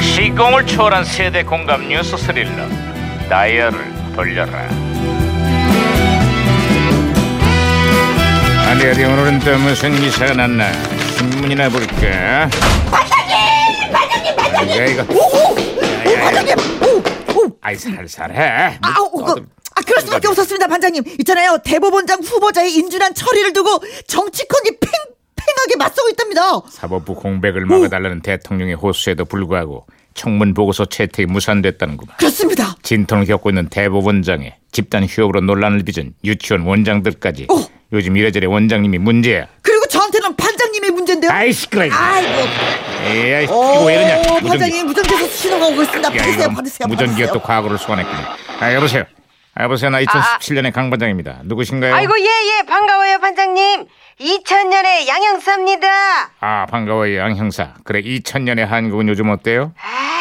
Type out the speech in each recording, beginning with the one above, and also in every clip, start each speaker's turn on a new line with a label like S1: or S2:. S1: 시공을 초월한 세대 공감 뉴스 스릴러 다이얼을 돌려라 아니 아니 오늘은 또 무슨 기사가 났나 신문이나 볼까
S2: 반장님! 반장님! 반장님!
S1: 야 이거
S2: 오! 오! 오! 반장님! 오! 오!
S1: 아이 살살해
S2: 아, 오, 그,
S1: 어떤-
S2: 아, 그럴 수밖에 없었습니다, 반장님. 있잖아요. 대법원장 후보자의 인준한 처리를 두고 정치권이 팽팽하게 맞서고 있답니다.
S1: 사법부 공백을 막아달라는 대통령의 호소에도 불구하고 청문 보고서 채택이 무산됐다는구만
S2: 그렇습니다.
S1: 진통을 겪고 있는 대법원장의 집단 휴업으로 논란을 빚은 유치원 원장들까지
S2: 어.
S1: 요즘 이래저래 원장님이 문제야
S2: 그리고 저한테는 반장님의 문제인데요.
S1: 아이 시끄러 이
S2: 아이고.
S1: 에이
S2: 오,
S1: 이거 왜 이러냐 무전기
S2: 반장님, 무전기에서 신호가 오고 있습니다.
S1: 야,
S2: 받으세요,
S1: 이거
S2: 받으세요.
S1: 무전기가
S2: 받으세요.
S1: 또 과거를 소환했군요 아 여보세요 아, 여보세요 나 2017년의 강 반장입니다 누구신가요
S3: 아이고 예예 반가워요 반장님 2000년의 양형사입니다
S1: 아 반가워요 양 형사 그래 2000년의 한국은 요즘 어때요
S3: 아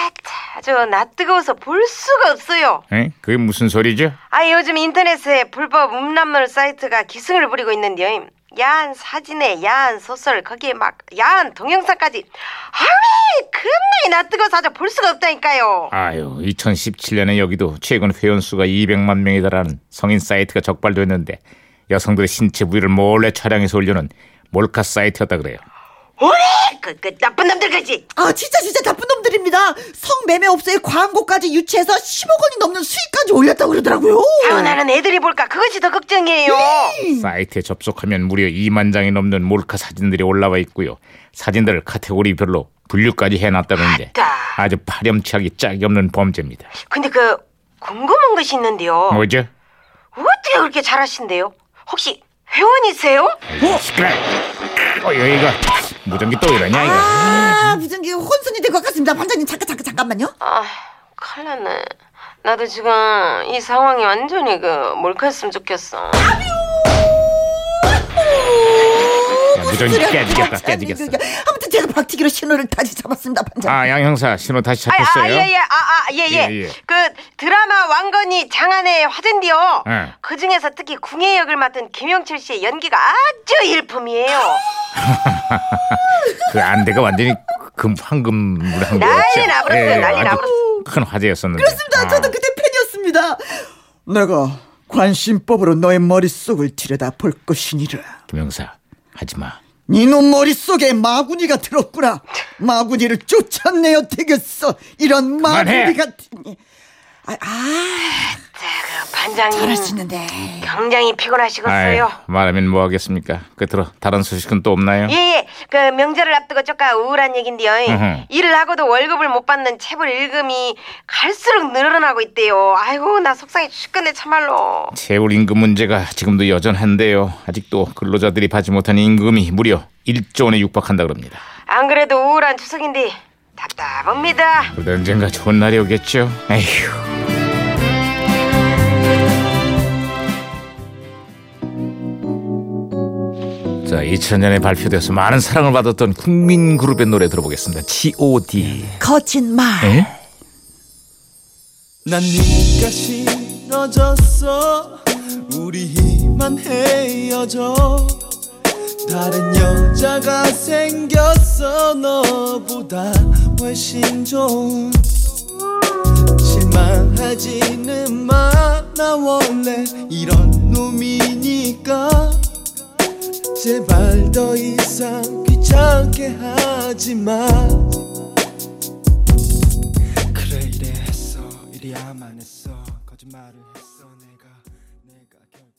S3: 아주 나 뜨거워서 볼 수가 없어요
S1: 에? 그게 무슨 소리죠
S3: 아 요즘 인터넷에 불법 음란물 사이트가 기승을 부리고 있는데요 야한 사진에 야한 소설 거기에 막 야한 동영상까지 아이 겁나게 나 뜨거워서 아주 볼 수가 없다니까요
S1: 아유 2017년에 여기도 최근 회원수가 200만 명에 달하는 성인 사이트가 적발됐는데 여성들의 신체 부위를 몰래 촬영해서 올려는 몰카 사이트였다 그래요
S3: 오래 그, 그 나쁜 놈들까지
S2: 아, 진짜, 진짜 나쁜 놈들입니다. 성매매업소의 광고까지 유치해서 10억 원이 넘는 수익까지 올렸다고 그러더라고요.
S3: 아유 나는 애들이 볼까 그것이 더 걱정이에요
S1: 네. 사이트에 접속하면 무려 2만 장이 넘는 몰카 사진들이 올라와 있고요. 사진들을 카테고리별로 분류까지 해놨다는데
S3: 아따.
S1: 아주 파렴치하기 짝이 없는 범죄입니다.
S3: 근데 그 궁금한 것이 있는데요
S1: 뭐죠?
S3: 어떻게 그렇게 잘하신대요? 혹시 회원이세요?
S1: 시끄러. 어 이거 무전기 또 이러냐 이거.
S2: 아, 무전기가 혼선이 된 것 같습니다. 반장님, 잠깐, 잠깐, 잠깐만요.
S3: 아, 큰일 났네. 나도 지금 이 상황이 완전히 그 몰카였으면 좋겠어.
S1: 야, 무전기 깨지겠다 깨지겠어.
S2: 아무튼 제가 박치기로 신호를 다시 잡았습니다, 반장.
S1: 아아양 형사 신호 다시
S3: 아,
S1: 잡혔어요.
S3: 아, 예, 예, 아, 아, 예, 예.
S1: 예, 예.
S3: 그 드라마 왕건이 장안의 화제인데요.
S1: 예.
S3: 그 중에서 특히 궁예 역을 맡은 김영철 씨의 연기가 아주 일품이에요.
S1: 그 안대가 완전히 금 황금으로 한 거였죠. 예,
S3: 난리 나버렸어요, 난리
S1: 아주
S3: 나버렸어요.
S1: 큰 화제였었는데.
S2: 그렇습니다.
S1: 아,
S2: 저도 그때 팬이었습니다. 내가 관심법으로 너의 머릿속을 들여다 볼 것이니라.
S1: 김 형사 하지 마.
S2: 니놈 머릿속에 마구니가 들었구나. 마구니를 쫓아내야 되겠어. 이런
S1: 그만해.
S2: 마구니 같으니. 아, 아
S3: 그 반장님
S2: 잘하시는데.
S3: 굉장히 피곤하시겠어요.
S1: 아이, 말하면 뭐 하겠습니까? 끝으로 다른 소식은 또 없나요?
S3: 예, 예. 그 명절을 앞두고 조금 우울한 얘긴데요. 예.
S1: 으흠.
S3: 일을 하고도 월급을 못 받는 체불 일금이 갈수록 늘어나고 있대요. 아이고 나 속상해 죽겠네 참말로.
S1: 세월 임금 문제가 지금도 여전한데요. 아직도 근로자들이 받지 못한 임금이 무려 1조 원에 육박한다 그럽니다.
S3: 안 그래도 우울한 추석인데 답답합니다.
S1: 그래도 언젠가 좋은 날이 오겠죠. 에휴. 자, 2000년에 발표돼서 많은 사랑을 받았던 국민 그룹의 노래 들어보겠습니다. G.O.D.
S2: 거짓말.
S1: 에?
S4: 난 네가 싫어졌어 우리 이만 헤어져 다른 여자가 생겼어 너보다 훨씬 좋은 실망하지는 마 나 원래 이런 놈이니까 제발 더 이상 귀찮게 하지 마 그래 이래 했어 이리야만 했어 거짓말을 했어 내가